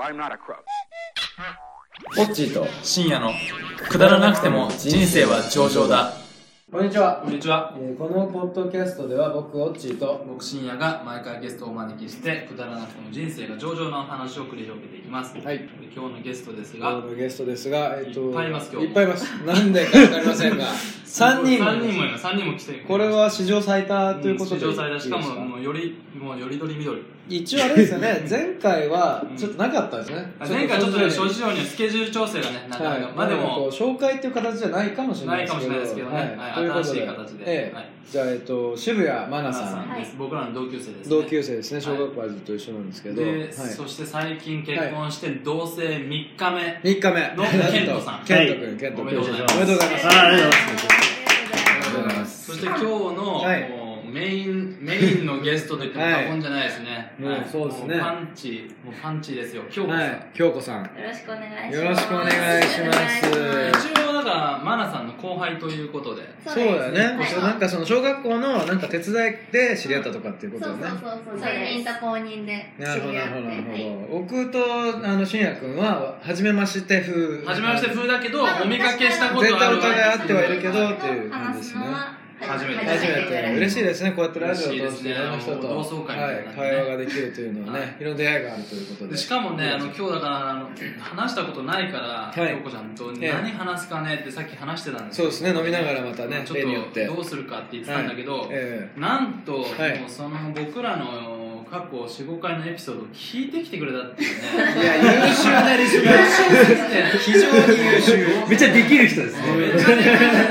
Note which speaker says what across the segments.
Speaker 1: I'm not a crook.
Speaker 2: ポッチーと
Speaker 3: 深夜のくだらなくても人生は上々だ
Speaker 2: こんにちは
Speaker 3: こ、んにちは
Speaker 2: えーこのポッドキャストでは僕オッチーと
Speaker 3: 僕深夜が毎回ゲストをお招きしてくだらなくても人生が上々のお話を繰り広げていきます、
Speaker 2: はい
Speaker 3: で今日のゲストです
Speaker 2: 今
Speaker 3: が
Speaker 2: 日のゲストですが、えっと
Speaker 3: いっぱいいます今日
Speaker 2: いっぱいいます何でか分かりません が3人
Speaker 3: 3人もいます3人も来て
Speaker 2: これは史上最多
Speaker 3: うん
Speaker 2: ということで、
Speaker 3: 史上最多しか
Speaker 2: いい
Speaker 3: も
Speaker 2: です
Speaker 3: もうよりもうよりどりみどり
Speaker 2: 一応あれですよね前回はちょっとなかったんですね、
Speaker 3: あ前回ちょっとね
Speaker 2: 正
Speaker 3: 諸事情にはスケジュール調整がねなかなか、
Speaker 2: はい、
Speaker 3: まあで
Speaker 2: なんかこう
Speaker 3: も
Speaker 2: 紹介っていう形じゃないかもしれない
Speaker 3: ないかもしれないですけどね、はい
Speaker 2: とうこと
Speaker 3: 新しい形で、
Speaker 2: ええ
Speaker 3: はい
Speaker 2: じゃあ、えっと、渋谷真
Speaker 3: 皆
Speaker 2: 奈さ
Speaker 3: さ
Speaker 2: ん
Speaker 3: んです僕らの同級生です、ね、
Speaker 2: 同級生ですね小学校はずっと一緒なんですけど、
Speaker 3: で、
Speaker 2: はい、
Speaker 3: そして最近結婚して同棲3日目、
Speaker 2: 3日目
Speaker 3: のケントさん
Speaker 2: ケント君ケント君
Speaker 3: おめでとうございま
Speaker 2: お
Speaker 3: す
Speaker 2: めでとうございます
Speaker 4: ありがとうござい
Speaker 2: ます
Speaker 3: そして今日の、
Speaker 2: はい
Speaker 3: もうメインメインのゲストといっても過言じゃないですね、
Speaker 2: はいもうそうですね
Speaker 3: もパンチもうパンチですよ今日こそ、
Speaker 2: はい京子さん
Speaker 5: よろしくお願いします。
Speaker 2: よろしくお願いします
Speaker 5: お願いし
Speaker 3: 一応だからマナさんの後輩ということで
Speaker 5: ます
Speaker 2: そうだよね、
Speaker 5: はい
Speaker 2: そうなんかその小学校のなんか手伝いで知り合ったとかっていう
Speaker 5: そ
Speaker 2: こと
Speaker 5: うそ
Speaker 2: だ
Speaker 5: う
Speaker 2: ね
Speaker 5: そうそう。全員と公認で
Speaker 2: なるほどなるほどなる
Speaker 5: はい
Speaker 2: ほど、僕とあの信也君は初めまして風
Speaker 3: 初めまして風だけど
Speaker 5: まあ
Speaker 3: お見かけしたこと
Speaker 2: 絶
Speaker 3: はあ
Speaker 2: 対
Speaker 3: る
Speaker 2: お互い会ってはいるけど
Speaker 5: はい
Speaker 2: っていう感じですね
Speaker 5: 話すのは初めて
Speaker 2: 初め
Speaker 5: ぐら
Speaker 2: て
Speaker 5: い
Speaker 2: 嬉しいですねこうやってラジオを通していろんな
Speaker 3: 嬉しい
Speaker 2: 人
Speaker 3: で
Speaker 2: と、
Speaker 3: すね同窓会みたいな
Speaker 2: はい、
Speaker 3: ね
Speaker 2: 会話ができるというのはね、
Speaker 3: はい
Speaker 2: い、ろんな出会いがあるということで
Speaker 3: でしかもね、あの今日だからあの話したことないから、
Speaker 2: はい
Speaker 3: 京子ちゃんと
Speaker 2: ええ
Speaker 3: 何話すかねってさっき話してたんです
Speaker 2: そうですね飲みながらまたね
Speaker 3: ち
Speaker 2: 例によ
Speaker 3: ょ
Speaker 2: っ
Speaker 3: ってとどうするかって言ってたんだけど、
Speaker 2: え
Speaker 3: なんと、
Speaker 2: はい
Speaker 3: もうその僕らの過去45回のエピソードを聞いてきてくれたっていう
Speaker 2: え
Speaker 3: ね
Speaker 2: いや優秀なリスナー非常に優秀
Speaker 4: めっちゃできる人です
Speaker 3: ごめん
Speaker 4: ね。
Speaker 3: なさい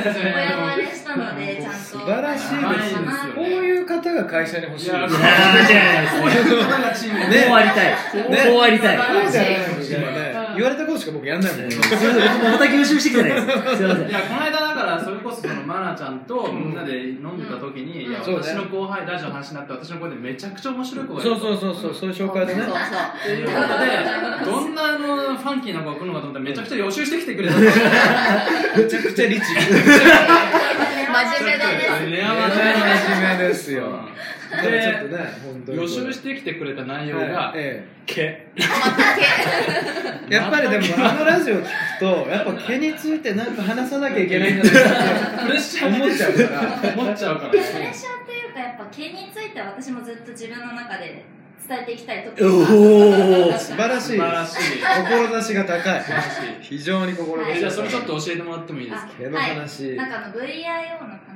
Speaker 3: です
Speaker 5: モヤモヤ
Speaker 3: ね
Speaker 5: したので、ちゃんと。
Speaker 2: 素晴らしいです
Speaker 3: ね
Speaker 2: こういう方が会社に欲しい
Speaker 3: いや
Speaker 4: いやー間違いない
Speaker 3: こういう方がチーム
Speaker 2: ね
Speaker 3: で
Speaker 4: こうありたい。
Speaker 2: ね
Speaker 4: こうありたい。
Speaker 2: そうじゃない
Speaker 4: す
Speaker 2: もんね言われたことしか僕やんないもん
Speaker 4: いません僕もまた吸収してきてないです。すいません
Speaker 3: い。やこの間だからそれこそそのマナちゃんとみんなで飲んでた時に、
Speaker 5: うん
Speaker 3: いや
Speaker 2: そうね
Speaker 3: 私の後輩ラジオの話になって私の声でめちゃくちゃ面白い子がいる
Speaker 2: そうそうそうそうそういう紹介でね
Speaker 5: そう
Speaker 3: ということでどんなあのファンキーな子が来るのかと思ったらめちゃくちゃ予習してきてくれたんです よ
Speaker 2: めちゃくちゃリッチ
Speaker 5: 真面目だね。
Speaker 3: レアマナ
Speaker 2: 真面目ですよ
Speaker 3: うん
Speaker 2: でもちょっとね本当
Speaker 3: で
Speaker 2: に
Speaker 3: 予習してきてくれた内容
Speaker 2: はい
Speaker 3: が
Speaker 2: え
Speaker 3: 毛
Speaker 2: えやっぱりでもあのラジオ聞くとやっぱ毛についてなんか話さなきゃいけないんじゃないか
Speaker 3: プレッシ
Speaker 2: って
Speaker 3: ャー
Speaker 2: 思っちゃうから
Speaker 3: 思っちゃう から
Speaker 5: プレッシャーっていうか、やっぱ毛について私もずっと自分の中で伝えていきたいところ
Speaker 4: おお。
Speaker 2: 素晴らし
Speaker 3: 素
Speaker 2: い
Speaker 3: 晴
Speaker 2: で
Speaker 3: ら
Speaker 2: す
Speaker 3: しい素
Speaker 2: 志が高い
Speaker 3: 晴らしい
Speaker 2: 非常に心が
Speaker 3: えじゃあそれちょっと教えてもらってもいいですか
Speaker 2: 毛の話
Speaker 5: なんかあの VIO の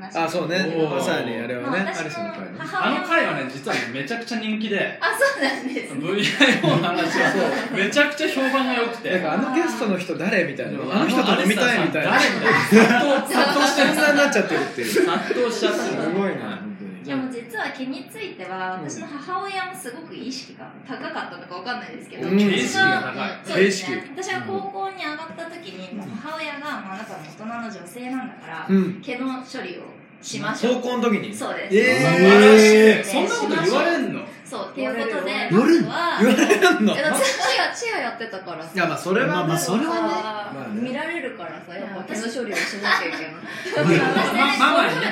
Speaker 5: 話。
Speaker 2: あそうね
Speaker 3: おー
Speaker 2: まさにあれは
Speaker 5: まあ
Speaker 2: ねア
Speaker 5: 私
Speaker 2: リ
Speaker 5: の
Speaker 2: スの会ね
Speaker 3: あ
Speaker 5: 母親
Speaker 3: の回はね実はねめちゃくちゃ人気で
Speaker 5: あ、そうなんですね。
Speaker 3: VIO の話はめちゃくちゃ評判が良くて
Speaker 2: なんかあのゲストの人誰みたい
Speaker 3: でも
Speaker 2: なあの人と飲みたいみたいな
Speaker 3: 誰みたいな殺到殺到して
Speaker 2: そ
Speaker 3: る
Speaker 2: んなになっちゃってるっていうす
Speaker 3: 殺到しちゃってる
Speaker 2: ごいな本当に
Speaker 5: でも実は毛については私の母親もすごく意識が高かったのかわかんないですけど、
Speaker 2: うん
Speaker 3: 意識が高い
Speaker 5: そうです
Speaker 2: 意
Speaker 5: ね、私が高校に上がった時に、もう母親が、まあ、あなたの大人の女性なんだから、
Speaker 2: うん
Speaker 5: 毛の処理をしましょう
Speaker 2: 高校の時に
Speaker 5: そうです、
Speaker 2: え
Speaker 3: え
Speaker 2: ー
Speaker 3: そんなこと言われんの
Speaker 5: そうっていうことで
Speaker 2: 言われる
Speaker 5: まずは
Speaker 2: 言われるの
Speaker 5: いやだって父が父がやってたからさ
Speaker 2: いやまあそれはね
Speaker 4: まあまあそれはね
Speaker 2: まあね
Speaker 5: 見られるからさやっぱ手の処理をしなきゃいけない
Speaker 3: ママにね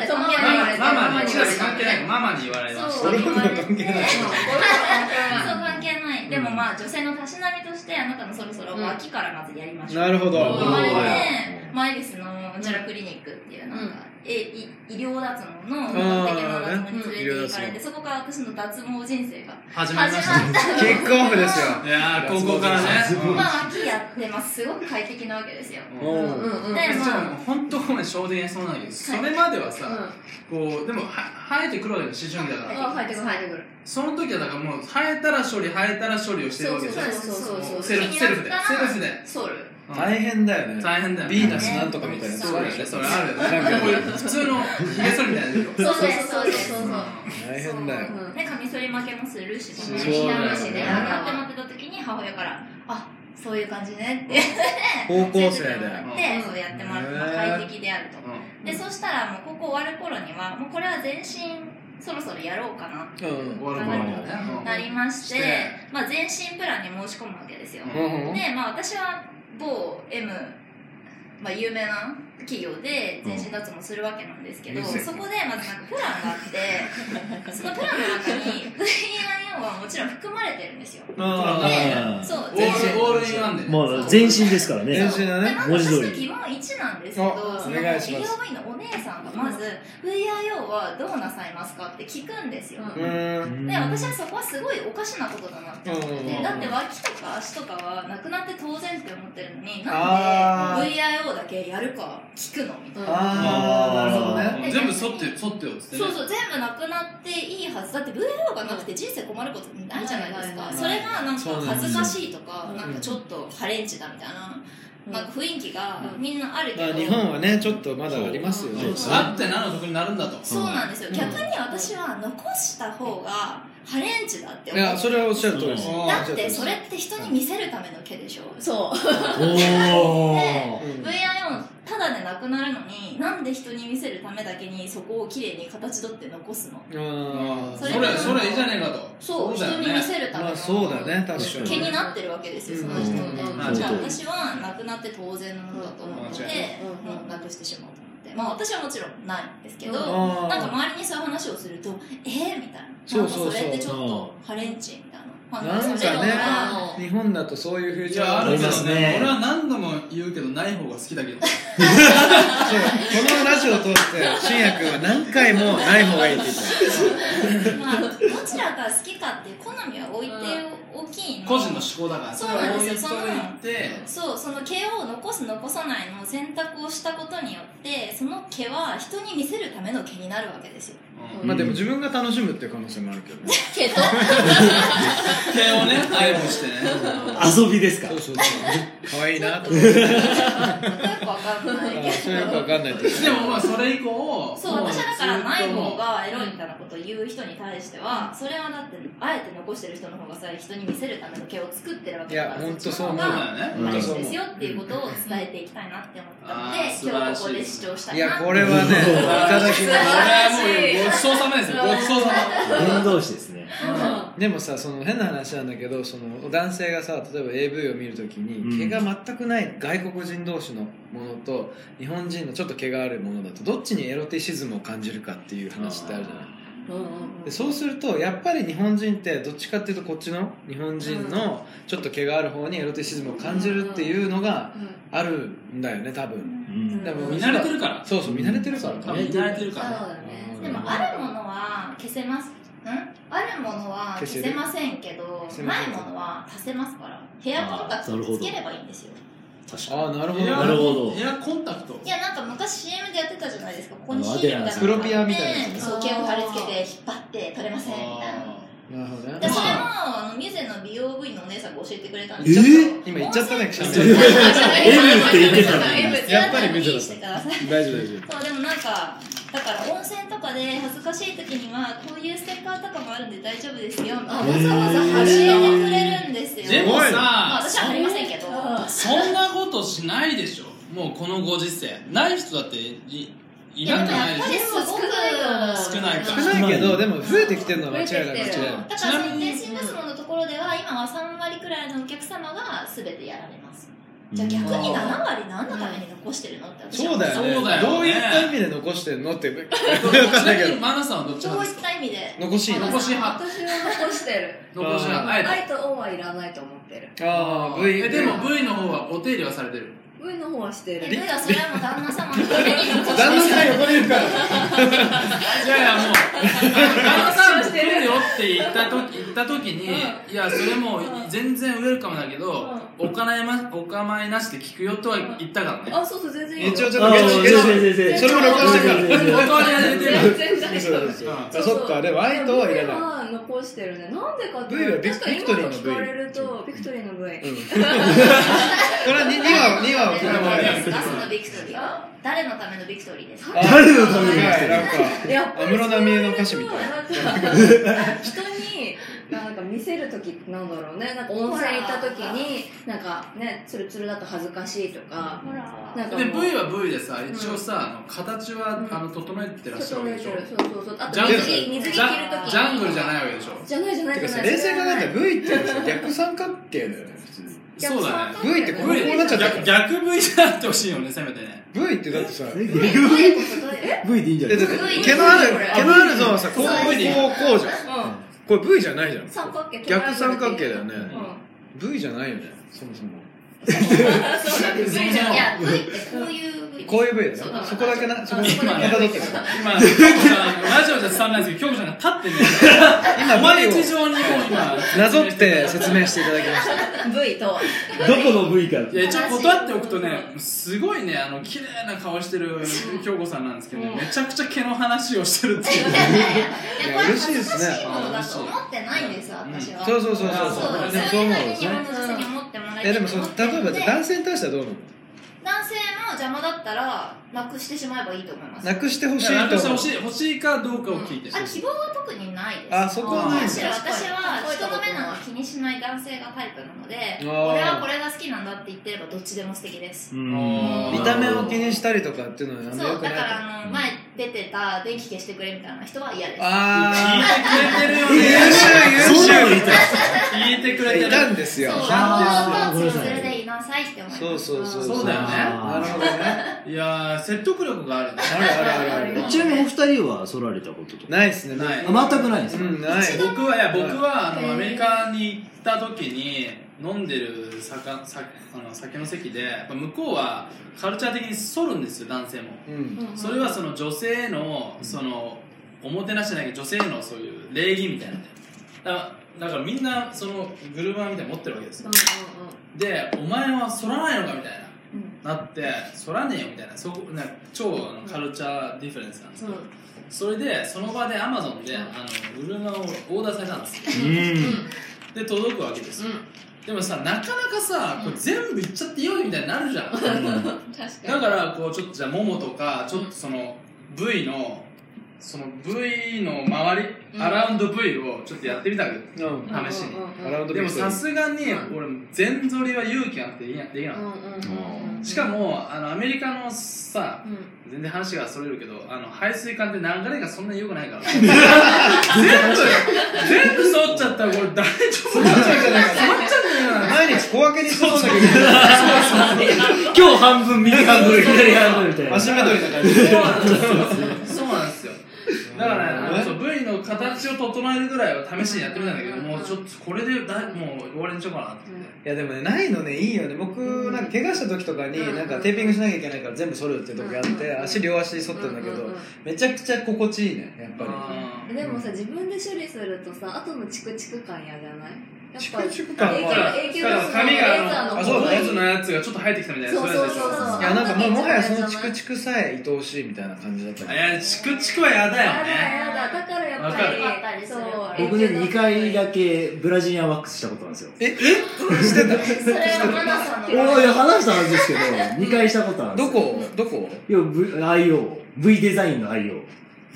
Speaker 5: そうママに
Speaker 3: ママに千秋関係ないママに言われました
Speaker 5: そう
Speaker 2: 俺
Speaker 5: 言
Speaker 2: の
Speaker 5: われて
Speaker 2: 関係ない
Speaker 5: そう関係ない、でもまあ女性のたしなみとしてあなたもそろそろ秋からまずやりましょう、
Speaker 2: なるほど
Speaker 3: お
Speaker 5: 言われて
Speaker 3: ー
Speaker 5: マイリスのジャラクリニックっていうなんか、
Speaker 6: うん
Speaker 5: えい医療脱毛の
Speaker 2: ー
Speaker 5: 本格的な脱毛に連れ
Speaker 2: ね
Speaker 5: て行かれて、
Speaker 2: うん
Speaker 5: そこから私の脱毛人生が
Speaker 3: 始まりま
Speaker 5: 始
Speaker 3: し
Speaker 5: ま
Speaker 3: た
Speaker 5: った
Speaker 2: キックオフですよ
Speaker 3: いやー高校からね
Speaker 4: 脱帽
Speaker 5: まあ秋やってますすごく快適なわけですよ
Speaker 3: うん
Speaker 2: お
Speaker 6: うん
Speaker 2: ー
Speaker 6: うん。
Speaker 5: で
Speaker 3: えじゃあも
Speaker 5: まあ
Speaker 3: う本当ごめん省電そうなんだけどそれまではさ、こうでもは生えてくるわけで思春期だから
Speaker 6: あ、入ってくる入ってくる。
Speaker 3: その時はだからもう生えたら処理生えたら処理をしてるわけじゃん
Speaker 6: そうそうそうそう
Speaker 3: セルフセルフでセルフで、
Speaker 5: ソウル
Speaker 3: うん
Speaker 2: 大変だよね
Speaker 3: 大変だよね
Speaker 2: ビーナスなんとかみたいな
Speaker 3: そうだよねそれあるよ
Speaker 2: なんか
Speaker 3: ねこういう普通のヒゲ剃りみたいなやつ
Speaker 5: そう
Speaker 3: でしょ
Speaker 5: そうそうそうそう
Speaker 3: うん
Speaker 2: 大変だよ
Speaker 6: うん
Speaker 5: ねカミソリ負けもするし
Speaker 3: そう
Speaker 5: ね
Speaker 3: だ
Speaker 5: ひ
Speaker 3: よね
Speaker 5: な虫で上がって待ってた時に母親から「あそういう感じね」って
Speaker 2: 高校生
Speaker 5: 連れて
Speaker 2: で
Speaker 5: もらってそうやってもらってま
Speaker 2: へ
Speaker 5: あ
Speaker 2: ー
Speaker 5: 快適であると
Speaker 3: うん
Speaker 5: でそしたらもう高校終わる頃にはもうこれは全身そろそろやろうかなっていう
Speaker 3: 終わる
Speaker 5: 考
Speaker 3: 頃に
Speaker 5: え
Speaker 3: はね
Speaker 5: になりまして
Speaker 3: して
Speaker 5: まあ、全身プランに申し込むわけですよ、
Speaker 2: うん
Speaker 5: で、まあ、私は某 M、まあ、有名な企業で全身脱毛するわけなんですけど、
Speaker 2: うん
Speaker 5: そこでまずなんかプランがあってそのプランの中に VIO はもちろん含まれてるんですよ。
Speaker 2: あ
Speaker 4: ね
Speaker 2: あ
Speaker 4: あー
Speaker 5: で、そう、
Speaker 3: オ
Speaker 5: 全
Speaker 3: ールオールインワンでね
Speaker 4: もう全身ですからね
Speaker 2: 練。習だね
Speaker 5: で
Speaker 4: 文字通り
Speaker 5: なんか私疑問1なんですけど、
Speaker 2: お
Speaker 5: その
Speaker 2: お願いします
Speaker 5: 医療部員のお姉さんがまず、VIO はどうなさいますかって聞くんですよ。
Speaker 2: うーん
Speaker 5: で、私はそこはすごいおかしなことだなって思って
Speaker 2: うん
Speaker 5: て、だって脇とか足とかはなくなって当然って思ってるのに、な
Speaker 2: あ
Speaker 5: ん
Speaker 2: ー
Speaker 5: で VIO だけやるか聞くのみたいな。
Speaker 2: ああなるほどね
Speaker 5: ね
Speaker 3: 全部剃って、剃ってよっつってね。
Speaker 5: そうそう、全部なくなっていいはず。だって VIO がなくて人生困ることないじゃないです
Speaker 1: な
Speaker 5: か。
Speaker 1: いないない
Speaker 5: それがなんか恥ずかしいとか、
Speaker 1: うん
Speaker 5: なんかちょっとハレンチだみたいな、なんか雰囲気が
Speaker 1: うん
Speaker 5: みんなあるけ
Speaker 2: ま
Speaker 5: ど、
Speaker 2: あ日本はねちょっとまだありますよね
Speaker 1: そう
Speaker 3: そうあってなの得になるんだと。
Speaker 5: そうなんですよ。
Speaker 4: うん
Speaker 5: 逆に私は残した方がハレンチだって
Speaker 2: い
Speaker 5: 思う。
Speaker 2: やそれはおっしゃる通りです
Speaker 3: うん
Speaker 5: だってそれって人に見せるための毛でしょ。
Speaker 1: そう。
Speaker 4: おー。
Speaker 2: うん
Speaker 5: VIO ただでなくなるのになんで人に見せるためだけにそこをきれいに形取って残すの
Speaker 2: あー
Speaker 3: それ、それいいじゃねえかと。
Speaker 5: そう
Speaker 3: だよ
Speaker 5: 人に見
Speaker 3: ね。
Speaker 5: せるための、
Speaker 2: まあそうだね確かに
Speaker 5: 毛になってるわけですよその人って、
Speaker 1: うん
Speaker 5: じゃあ
Speaker 4: うん
Speaker 5: 私はなくなって当然のものだと思っ
Speaker 3: う
Speaker 5: て
Speaker 3: ん
Speaker 1: うん
Speaker 5: もうなくしてしまおうと思ってまあ私はもちろんないんですけど、
Speaker 1: うん
Speaker 2: あー
Speaker 5: なんか周りにそういう話をするとえー、みたいな
Speaker 2: そうそうそう
Speaker 5: なんかそれってちょっとハレンチみたいな
Speaker 2: なん
Speaker 5: 反応される
Speaker 2: か
Speaker 5: か
Speaker 2: ね
Speaker 5: ら
Speaker 2: 日本だとそういう風
Speaker 3: い
Speaker 2: 潮
Speaker 3: や、あ
Speaker 2: がる
Speaker 3: るけ
Speaker 2: か
Speaker 3: ど
Speaker 2: ら
Speaker 4: あります
Speaker 3: ね
Speaker 4: ね。
Speaker 3: 俺は何度も言うけど、ない方が好きだけど。
Speaker 2: そうこのラジオを通して新也君は何回もない方がいいって言った
Speaker 5: まあどちらが好きかっていう好みは置いて大きいの
Speaker 3: 個人の思考だから。
Speaker 5: そうなんですよ
Speaker 3: それは置いといて。
Speaker 5: そうその毛を残す残さないの選択をしたことによってその毛は人に見せるための毛になるわけですよ
Speaker 3: うん
Speaker 1: うん
Speaker 2: まあでも自分が楽しむっていう可能性もあるけどね
Speaker 5: 毛と
Speaker 3: 手をね、愛護してね。
Speaker 4: 遊びですか
Speaker 2: そうそうそう可愛い なとか
Speaker 5: よくわかんないけど
Speaker 2: それよくわかんないです
Speaker 3: でもまあそれ以降
Speaker 5: そう私はだからない方がエロいみたいなことを言う人に対してはそれはだってあえて残してる人の方がさ人に見せるための毛を作ってるわけだから
Speaker 2: いやほんとそう
Speaker 5: っ
Speaker 2: 思
Speaker 5: ち
Speaker 2: う
Speaker 5: の
Speaker 3: そう
Speaker 5: 方が
Speaker 3: だよね、
Speaker 4: うん
Speaker 5: 大事
Speaker 2: そう
Speaker 5: で
Speaker 2: 思う
Speaker 5: すよっていうことを伝えていきたいなって思ったので
Speaker 3: あー素晴
Speaker 5: 今
Speaker 3: ら
Speaker 5: 日
Speaker 3: しい
Speaker 5: ここで主張した
Speaker 2: い
Speaker 5: いな
Speaker 2: や
Speaker 5: と
Speaker 2: これはねいただき
Speaker 3: これ
Speaker 2: ま
Speaker 3: はもうごちそうさまですよごちそうさ
Speaker 4: 伝道師ですね。
Speaker 3: ま
Speaker 2: すでもさその変な話なんだけどその男性がさ例えば AV を見るときに毛が全くない外国人同士のものと日本人のちょっと毛があるものだとどっちにエロティシズムを感じるかっていう話ってあるじゃない
Speaker 1: うんうんう
Speaker 2: で
Speaker 1: ん。
Speaker 2: そうするとやっぱり日本人ってどっちかっていうとこっちの日本人のちょっと毛がある方にエロティシズムを感じるっていうのが
Speaker 1: うん
Speaker 2: あるんだよね多分
Speaker 4: うん
Speaker 2: でも
Speaker 3: 見慣れてるから
Speaker 2: そうそう見慣れてるから
Speaker 3: 多
Speaker 2: ね
Speaker 3: 分見慣れてる
Speaker 1: そ
Speaker 3: か
Speaker 1: う
Speaker 3: ら
Speaker 1: だね。
Speaker 5: でもあるものは消せますんあるものは
Speaker 2: 消
Speaker 5: 消
Speaker 2: せる
Speaker 5: せませんけど
Speaker 2: 消せま
Speaker 5: な
Speaker 2: せ
Speaker 5: い
Speaker 2: ん
Speaker 5: ものは足せますからヘアコンタク
Speaker 4: あーなるほ
Speaker 5: ト
Speaker 4: ど
Speaker 5: つければいいんですよ
Speaker 4: 確
Speaker 2: ああ
Speaker 4: か
Speaker 2: なるほ
Speaker 3: ヘア
Speaker 2: ど
Speaker 4: なるほど
Speaker 3: ヘアコンタクト
Speaker 5: いやなんか昔 CM でやってたじゃないですかここにシールみたいなの
Speaker 4: あの
Speaker 2: 黒ピアみたいなやつね
Speaker 5: そう毛を貼り付けて引っ張って取れませんみたいな
Speaker 3: あ
Speaker 2: なるほどね
Speaker 5: でそれも
Speaker 3: ま
Speaker 5: あのミュゼの美容部員のお姉さんが教えてくれたん
Speaker 4: え
Speaker 5: で
Speaker 4: ー
Speaker 2: 今言っちゃったね
Speaker 5: く
Speaker 2: く
Speaker 5: し
Speaker 2: しゃみ
Speaker 4: って言ってたのに
Speaker 2: やっぱりミュゼだった
Speaker 5: してください
Speaker 2: 大丈夫大丈夫
Speaker 5: そうでもなんかだから温泉とかで恥ずかしい時にはこういうステッカーとかもあるんで大丈夫ですよみたいなわざわざ貼ってくれるんですよ
Speaker 3: ーで
Speaker 2: す
Speaker 3: も
Speaker 2: ごい
Speaker 5: まあ
Speaker 3: さ
Speaker 5: 私は貼りませんけど
Speaker 1: うん
Speaker 3: そんなことしないでしょもうこのご時世ない人だっていいなくないでし
Speaker 5: いやでもやっぱり
Speaker 3: ょ
Speaker 1: でも少な
Speaker 3: 少ない
Speaker 1: いよ。
Speaker 3: か
Speaker 2: 少ないけどでも増えてきてるのは間違いない
Speaker 1: 増え
Speaker 2: 間
Speaker 1: てきて
Speaker 2: 違
Speaker 1: る
Speaker 2: いない
Speaker 5: だからその天津ガスモのところでは今は3割くらいのお客様が全てやられますじゃあ逆に7割何のために残してるのって私は
Speaker 2: そうだよね
Speaker 3: そうだよね
Speaker 2: どういった意味で残してんのって分かん
Speaker 3: ち
Speaker 2: ないけ
Speaker 3: なみ
Speaker 2: ど
Speaker 3: にマナさんはどっちなん
Speaker 5: そう
Speaker 3: で
Speaker 5: い
Speaker 3: すか
Speaker 5: った意味で
Speaker 2: 残しいの
Speaker 3: 残し派
Speaker 1: 私は残してる。
Speaker 3: 残し派あえて
Speaker 1: 愛と恩はいらないと思ってる。
Speaker 2: ああ V
Speaker 3: えでも V の方はお手入れはされてる
Speaker 1: 上の方はして
Speaker 5: え
Speaker 1: る。
Speaker 5: ルーはそれはもう旦那様のために 残してる
Speaker 2: 旦那さん横にいるから
Speaker 3: いやいやもう旦那さん来てるよって言った時言った時に、いやそれもう全然ウェルカムだけど、お金まお構いなしで聞くよとは言ったからね、
Speaker 1: あ、そうそう、全然いいよ。
Speaker 2: 一応ちょっと
Speaker 4: あ
Speaker 2: ゲ
Speaker 4: ー
Speaker 2: チ
Speaker 4: 全
Speaker 2: ゲチ
Speaker 4: 然全然
Speaker 2: それも録画してるから
Speaker 4: 全然全然
Speaker 3: 断りは出てる
Speaker 1: 全然大丈夫。
Speaker 2: あそっかでも愛とはいらない
Speaker 1: い。残してるね。なんでかって。
Speaker 2: 部位はビク
Speaker 1: 確かに今の聞かれる
Speaker 2: ビクトリーの部
Speaker 1: と、ビクトリーの部位。
Speaker 2: うんこれはに2話2話を聞いてもらえ
Speaker 5: ですかそのビクトリーは誰のためのビクトリーですか
Speaker 4: 誰のために
Speaker 2: な
Speaker 4: やっ
Speaker 2: ん
Speaker 4: て
Speaker 2: か
Speaker 4: る
Speaker 1: やっぱ
Speaker 2: 安
Speaker 1: り
Speaker 2: 室奈美恵の歌詞みたい
Speaker 1: なんか人になんか見せる時ってなんだろうねなんか温泉行った時になんかねツルツルだと恥ずかしいとか
Speaker 5: ほら
Speaker 1: なんか
Speaker 3: で
Speaker 1: もう
Speaker 3: V は V でさ一応さ、あの形は、あの整えてらっしゃるわけでしょ
Speaker 1: 整えてるそうそうそうあ
Speaker 3: ジャ
Speaker 1: と
Speaker 3: ングル
Speaker 1: 水着水着着
Speaker 3: ジャ
Speaker 1: る時
Speaker 3: ン
Speaker 1: に
Speaker 3: ジャングルじゃないわけでしょ
Speaker 1: じゃないじゃない
Speaker 2: て
Speaker 1: じ
Speaker 2: か
Speaker 1: ゃな
Speaker 2: さ
Speaker 1: い
Speaker 2: 冷静がなったら V ってさ逆三角形だよね普通に
Speaker 3: そうだね
Speaker 2: V ってこうこ
Speaker 3: V
Speaker 2: うなっちゃった
Speaker 3: 逆逆 V じゃなってほしいよねせめてね
Speaker 2: V ってだってさえ
Speaker 5: どういうことどういうこ
Speaker 4: の ?V でいいんじゃ
Speaker 2: だ
Speaker 4: な
Speaker 2: っ
Speaker 4: い
Speaker 2: て毛のある毛のあるゾーンはさこうこうこうじゃん
Speaker 1: う
Speaker 2: これ V じゃないじゃん
Speaker 5: 三角形
Speaker 2: 逆三角形だよね、
Speaker 1: うん
Speaker 2: V じゃないよねそもそも
Speaker 1: そうだね V じゃん
Speaker 5: いや、V ってこういう V。
Speaker 2: こういう V だ
Speaker 5: そ
Speaker 2: よ
Speaker 5: うだ
Speaker 2: そこだけなそこ
Speaker 5: あ
Speaker 2: だ
Speaker 5: そ
Speaker 2: け
Speaker 5: こだけ
Speaker 2: またどってる
Speaker 3: 今、 ラジオじゃ伝わんないですけど、京子ちゃんが立ってね、今、毎日上にこう今、
Speaker 2: なぞって説明していただきました
Speaker 1: V と
Speaker 4: どこの部位か。
Speaker 3: いや一応断っておくとね、すごいね、あの綺麗な顔してる京子さんなんですけどね、
Speaker 1: うん
Speaker 3: めちゃくちゃ毛の話をしてるっていう。
Speaker 5: いやこれ
Speaker 2: 嬉しいですね
Speaker 5: 恥ずかしいものだと思ってないんです、私は。
Speaker 2: そうそうそうそう
Speaker 5: そう
Speaker 2: そう
Speaker 5: そ
Speaker 2: で
Speaker 5: う
Speaker 2: も
Speaker 5: そ
Speaker 2: そう
Speaker 5: う
Speaker 2: 思うんですね
Speaker 5: いうふうに日本の人に思っても
Speaker 2: え
Speaker 5: らえて
Speaker 2: で
Speaker 5: る
Speaker 2: も
Speaker 5: と
Speaker 2: そ
Speaker 5: 思
Speaker 2: の
Speaker 5: ってる
Speaker 2: 例え
Speaker 5: の
Speaker 2: ば
Speaker 5: で
Speaker 2: 男性に対してはどうなの
Speaker 5: 男性の邪魔だったらなくしてしまえばいいと思います。
Speaker 2: なくしてほしい
Speaker 3: なん
Speaker 2: と
Speaker 3: か
Speaker 2: 思う
Speaker 3: 欲しい欲しいかどうかを聞いて。
Speaker 5: あ希望は特にないです。
Speaker 2: あそこはないん
Speaker 5: むしろ
Speaker 2: だ
Speaker 5: 私は人の目なんか気にしない男性がタイプなので、
Speaker 2: あー
Speaker 5: 俺はこれが好きなんだって言ってればどっちでも素敵です。
Speaker 4: うん
Speaker 2: 見た目を気にしたりとかっていうのはあんま
Speaker 5: そ
Speaker 2: よ
Speaker 5: う
Speaker 2: くな
Speaker 5: だ
Speaker 2: い
Speaker 5: からあの前出てた電気消してくれみたいな人は嫌です。
Speaker 3: 聞い
Speaker 2: あ
Speaker 3: てくれてる
Speaker 2: ー
Speaker 3: よ
Speaker 2: 優秀
Speaker 3: ね。
Speaker 4: そんな
Speaker 2: 優
Speaker 4: の言いたい。
Speaker 3: 聞いてくれ
Speaker 2: 秀
Speaker 3: て
Speaker 2: いた
Speaker 3: る。
Speaker 2: んですよ
Speaker 5: そう、
Speaker 4: あ
Speaker 5: あ
Speaker 4: ー
Speaker 5: のそれでいなさいって思います。
Speaker 2: そうそうそう
Speaker 3: そうだよね
Speaker 2: なるほどね
Speaker 3: いやー説得力があるね。
Speaker 2: あるあるあるある
Speaker 4: えちなみにお二人は剃られたこととか
Speaker 2: ないっすね
Speaker 3: ない
Speaker 4: あ全くないんです
Speaker 2: う
Speaker 4: か、
Speaker 2: んない
Speaker 3: 僕はいや僕はあ
Speaker 5: へ
Speaker 3: の
Speaker 5: ー
Speaker 3: アメリカに行った時に飲んでる酒酒あの酒の席でやっぱ向こうはカルチャー的に剃るんですよ男性も。
Speaker 2: うん
Speaker 1: うん
Speaker 3: それはその女性のそのおもてなしじゃないけど女性のそういう礼儀みたいなのだだからみんなそのグルーバーみたいなの持ってるわけですよ
Speaker 1: う
Speaker 3: でお前は剃らないのかみたいな
Speaker 1: うんうん
Speaker 3: なって剃らねえよみたいなそこなんか超あのカルチャーディフェレンスなんです
Speaker 1: うんうん
Speaker 3: それでその場でアマゾンであのウルマをオーダーされたんですよ
Speaker 4: うん
Speaker 3: で届くわけですよでもさなかなかさこれ全部いっちゃっていいよみたいになるじゃん
Speaker 1: 確か
Speaker 3: だ
Speaker 1: に
Speaker 3: からこうちょっとじゃあももとかちょっとその部位のその部位の周り、
Speaker 1: うん
Speaker 3: アラウンド部位をちょっとやってみたけ
Speaker 2: うん
Speaker 3: ど試しに、
Speaker 1: うんうん
Speaker 2: ア
Speaker 1: うん
Speaker 2: ラウンド
Speaker 3: で
Speaker 2: ビ
Speaker 3: も
Speaker 2: クトリ
Speaker 3: さ
Speaker 2: ー
Speaker 3: すがに
Speaker 1: う
Speaker 3: 俺全剃りは勇気がなくてできなできなかっ
Speaker 1: うんうんうん
Speaker 3: たしかもあのアメリカのさ
Speaker 1: うん
Speaker 3: 全然話がそれるけどあの排水管って流れがそんなに良くないから全部全部剃っちゃったらこれ大丈夫なんじゃないかな剃っちゃうんじゃないかな
Speaker 2: 毎日小分けにそうだけど
Speaker 4: 今日半分右半分左半分みたいな
Speaker 2: アシンメトリーな感じで
Speaker 3: そうなんですよだからね、あのそう部位の形を整えるぐらいは試しにやってみたんだけど、もうちょっとこれでだいもう終わりにしようかなって言って。
Speaker 2: いやでもねないのねいいよね僕なんか怪我した時とかに
Speaker 1: うん
Speaker 2: なんかテーピングしなきゃいけないから全部剃るっていう時あっ
Speaker 1: う
Speaker 2: て
Speaker 1: ん
Speaker 2: 足両足剃ったんだけ
Speaker 1: う
Speaker 2: ど
Speaker 1: んうん
Speaker 2: めちゃくちゃ心地いいねやっぱり
Speaker 3: あ
Speaker 1: うんでもさ自分で処理するとさ後のチクチク感嫌じゃないやっ
Speaker 2: チ
Speaker 1: ぱ
Speaker 2: クチク感
Speaker 3: ー
Speaker 1: 影
Speaker 3: だから
Speaker 2: は
Speaker 1: 響影
Speaker 3: だ
Speaker 1: 響
Speaker 3: から髪があの
Speaker 2: あ
Speaker 3: あ
Speaker 2: そ
Speaker 3: そうう
Speaker 2: だ
Speaker 3: だ
Speaker 2: ね
Speaker 3: やつのやつがちょっと生えてきたみたいな
Speaker 1: そう
Speaker 3: いやつでしょ
Speaker 1: そうそうそう
Speaker 2: いやなんかもうもはやそのチクチクさえ愛おしいみたいな感じだった
Speaker 3: あ
Speaker 2: け
Speaker 3: い
Speaker 2: ど
Speaker 3: やチクチクはやだよ
Speaker 1: やだ
Speaker 3: ね
Speaker 1: やだだからやっぱり
Speaker 5: わかる
Speaker 1: そう
Speaker 4: 僕ね2回だけブラジリアンワックスしたことなんですよ
Speaker 2: ええしてた
Speaker 5: それはマナさんの
Speaker 4: おいや話したはずですけど2回したことあるんで
Speaker 2: ど
Speaker 4: すよ
Speaker 2: こどこ
Speaker 4: いや V- IO V デザインの IO
Speaker 2: V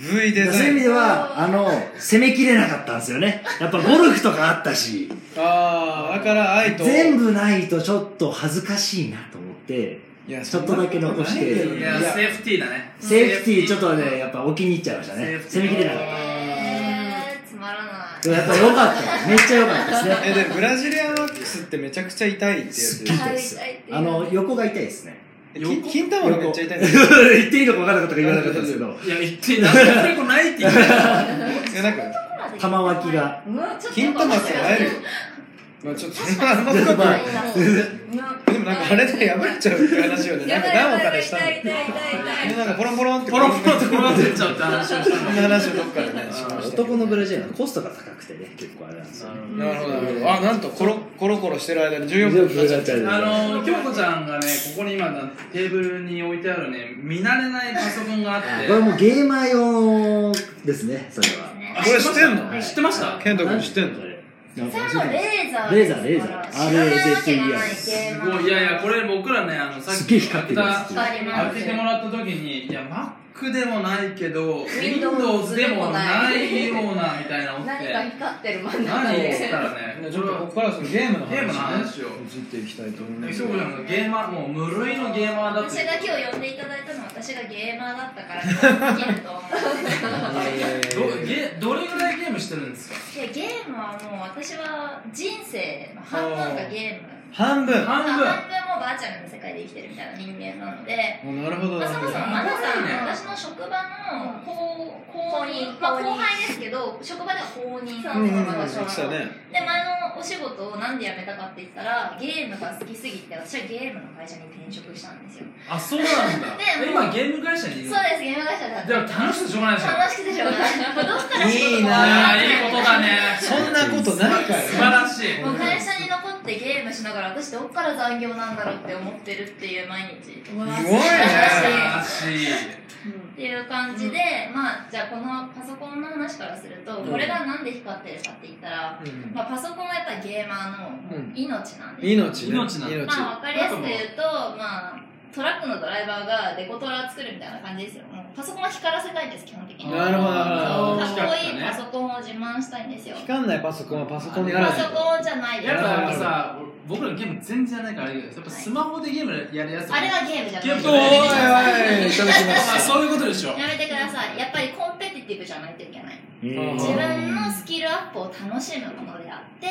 Speaker 4: そう
Speaker 2: デザ
Speaker 4: いう意味
Speaker 2: イン
Speaker 4: ではあの攻めきれなかったんですよねやっぱゴルフとかあったし
Speaker 2: ああだから愛と
Speaker 4: 全部ないとちょっと恥ずかしいなと思って
Speaker 2: いや
Speaker 4: ちょっとだけ残して
Speaker 2: そんなこと
Speaker 3: い
Speaker 2: ない
Speaker 3: や
Speaker 2: よいや
Speaker 3: セーフティーだね
Speaker 4: セーフティーちょっとねやっぱお気に入っちゃいました
Speaker 3: セー
Speaker 4: ね
Speaker 3: フティ
Speaker 4: 攻
Speaker 3: ー
Speaker 4: めきれなかった
Speaker 5: えー、つまらない。
Speaker 4: でもやっぱ良かっためっちゃ良かったですね
Speaker 2: えでブラジリアンワックスってめちゃくちゃ痛いってやつ
Speaker 4: 痛いですよあの横が痛いですね
Speaker 2: え
Speaker 3: 横
Speaker 2: き金玉がめっちゃ痛いんだよ
Speaker 4: 言っていいのか分からなかったから言わなかったんですけど
Speaker 3: いや一体何でこれこないって言ってたの
Speaker 2: いやなんか
Speaker 4: 玉脇が
Speaker 1: うわちょっと
Speaker 2: 金玉って会えるよまあちょっとそれはあんま深くないでもなんかあれで破れちゃうって話よねなんか何をかでしたの
Speaker 1: 痛い痛い痛い痛い
Speaker 2: でなんかポロンポロンって
Speaker 3: ポロポロと転がってっちゃうって話をした
Speaker 2: そ
Speaker 3: の
Speaker 2: んな話をどっかでねしましたけど
Speaker 4: 男のブラジルのコストが高くてね結構あれなんですよね
Speaker 2: なるほどなるほどあなんとコロコロコロしてる間に14分経っちゃった
Speaker 3: あの京子ちゃんがねここに今テーブルに置いてあるね見慣れないパソコンがあって
Speaker 4: これもうゲーマー用ですねそれは
Speaker 3: あ
Speaker 2: これ知ってん
Speaker 4: は
Speaker 2: の
Speaker 4: い
Speaker 3: 知ってました
Speaker 2: 健太君知ってんの
Speaker 4: なんか
Speaker 5: それ
Speaker 4: 教
Speaker 5: は
Speaker 4: えて
Speaker 5: レ
Speaker 4: ない
Speaker 5: ーザー
Speaker 4: レーザーレーザー
Speaker 5: 知らないわけがないゲ
Speaker 3: す
Speaker 5: ー
Speaker 3: ご
Speaker 5: ム
Speaker 3: いいやいやこれ僕らねあのさっ
Speaker 4: すっげ
Speaker 3: き
Speaker 4: え光ってるやつ
Speaker 5: 光りま
Speaker 3: 開
Speaker 5: す
Speaker 3: けてもらった時にいや Mac でもないけど
Speaker 1: Windows
Speaker 3: Windows でもないようなみたいな思って
Speaker 1: 何か光ってる真ん中
Speaker 3: 何を言っ
Speaker 1: で
Speaker 3: たらね
Speaker 2: ちょっ
Speaker 3: これ
Speaker 2: と
Speaker 3: は
Speaker 2: ここからはそのゲームの話、ね、
Speaker 3: ゲームの話を
Speaker 2: 移っていきたいと思いま
Speaker 3: 京
Speaker 2: す
Speaker 3: 子ちゃんがゲーマーもう無類のゲーマーだって
Speaker 5: 私が今日呼んでいただいたのは私がゲーマーだったからできると思う
Speaker 3: どゲどれぐらいゲームしてるんですか
Speaker 5: いやゲームはもう私は人生の半分がゲーム
Speaker 2: 半分
Speaker 3: 半
Speaker 5: 半
Speaker 3: 分
Speaker 5: 分もバーチャルの世界で生きてるみたいな人間なので、
Speaker 2: もうなるほど
Speaker 5: まあ、
Speaker 2: なる
Speaker 5: そ
Speaker 2: ほ
Speaker 5: もそ
Speaker 2: ど
Speaker 3: あ
Speaker 5: もマ
Speaker 3: ね
Speaker 5: ナさん、私の職場の後後任、
Speaker 1: 後任
Speaker 5: まあ、後輩ですけど職場では後任
Speaker 1: そう
Speaker 2: うんうんうん
Speaker 5: まあ
Speaker 2: 来たね
Speaker 5: で前のお仕事をなんで辞めたかって言ったらゲームが好きすぎて私はゲームの会社に転職したんですよ
Speaker 3: あそうなんだ
Speaker 5: で
Speaker 3: 今ゲーム会社にいる
Speaker 5: そ
Speaker 3: の
Speaker 5: うですゲーム会社だった
Speaker 3: でも楽しくてしょうがないでしょ
Speaker 5: 楽しくてしょうがないもうどっから仕事
Speaker 2: いい
Speaker 5: も
Speaker 2: な
Speaker 3: あー
Speaker 5: ら
Speaker 3: いいことだね
Speaker 2: そんなことないから
Speaker 3: 素晴らしい
Speaker 5: もう会社に残ってゲームしながら私どっから残業なんだろうって思ってるっていう毎日
Speaker 1: うわ
Speaker 2: す
Speaker 1: 素
Speaker 2: ごいね
Speaker 1: 晴らしい
Speaker 3: らしい
Speaker 5: っていう感じで、まあじゃあこのパソコンの話からすると、
Speaker 2: うん
Speaker 5: これがなんで光ってるかって言ったら、
Speaker 2: うん
Speaker 5: まあ、パソコンはやっぱりゲーマーの
Speaker 2: うん
Speaker 5: 命なんです、
Speaker 2: 命ね
Speaker 3: 命なの
Speaker 5: まあわかりやすく言うとまあトラックのドライバーがデコトラを作るみたいな感じですよもうパソコンは光らせたいんです基本的にか
Speaker 2: な
Speaker 5: っ
Speaker 2: るほど
Speaker 5: こ
Speaker 2: なるほど
Speaker 5: いいパソコンを自慢したいんですよ
Speaker 2: 光んないパソコンはパソコンになら
Speaker 5: パ
Speaker 2: ない
Speaker 5: ソコンじゃないです
Speaker 3: やっぱやっぱ
Speaker 5: あ
Speaker 3: さ僕らゲーム全然やらないからあれだけどやっぱスマホでゲームやりやすい
Speaker 5: れはゲームじゃない
Speaker 3: ゲーム
Speaker 2: おいおいいただきま
Speaker 3: あ
Speaker 2: す
Speaker 3: そういうことでしょ
Speaker 5: やめてくださいやっぱりコンペティティブじゃないといけない
Speaker 4: うん
Speaker 5: 自分のスキルアップを楽しむものであって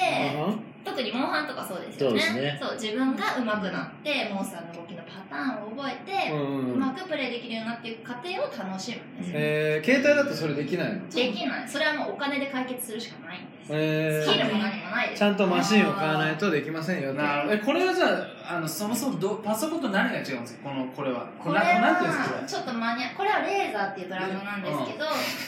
Speaker 5: 特にモンハンとかそうですよね
Speaker 4: そうですね
Speaker 5: そう自分が上手くなってモンスターの動きのパターンを覚え
Speaker 2: う
Speaker 5: て、
Speaker 2: ん
Speaker 5: う
Speaker 2: うん
Speaker 5: まくプレイできるようになっていく過程を楽しむんですよ、
Speaker 2: えー携帯だとそれできないの
Speaker 5: できないそれはもうお金で解決するしかないんです、
Speaker 2: え
Speaker 5: スキルも何もないで
Speaker 2: ー
Speaker 5: す
Speaker 2: ちゃんとマシンを買わないとできませんよって
Speaker 3: なるほどえこれはじゃああのそもそもどパソコンと何が違うんですかこのこれは
Speaker 5: これ
Speaker 3: ななんていうんですかこ
Speaker 5: は
Speaker 3: れ
Speaker 5: ちょっとマニアこれはレーザーっていうドラムなんです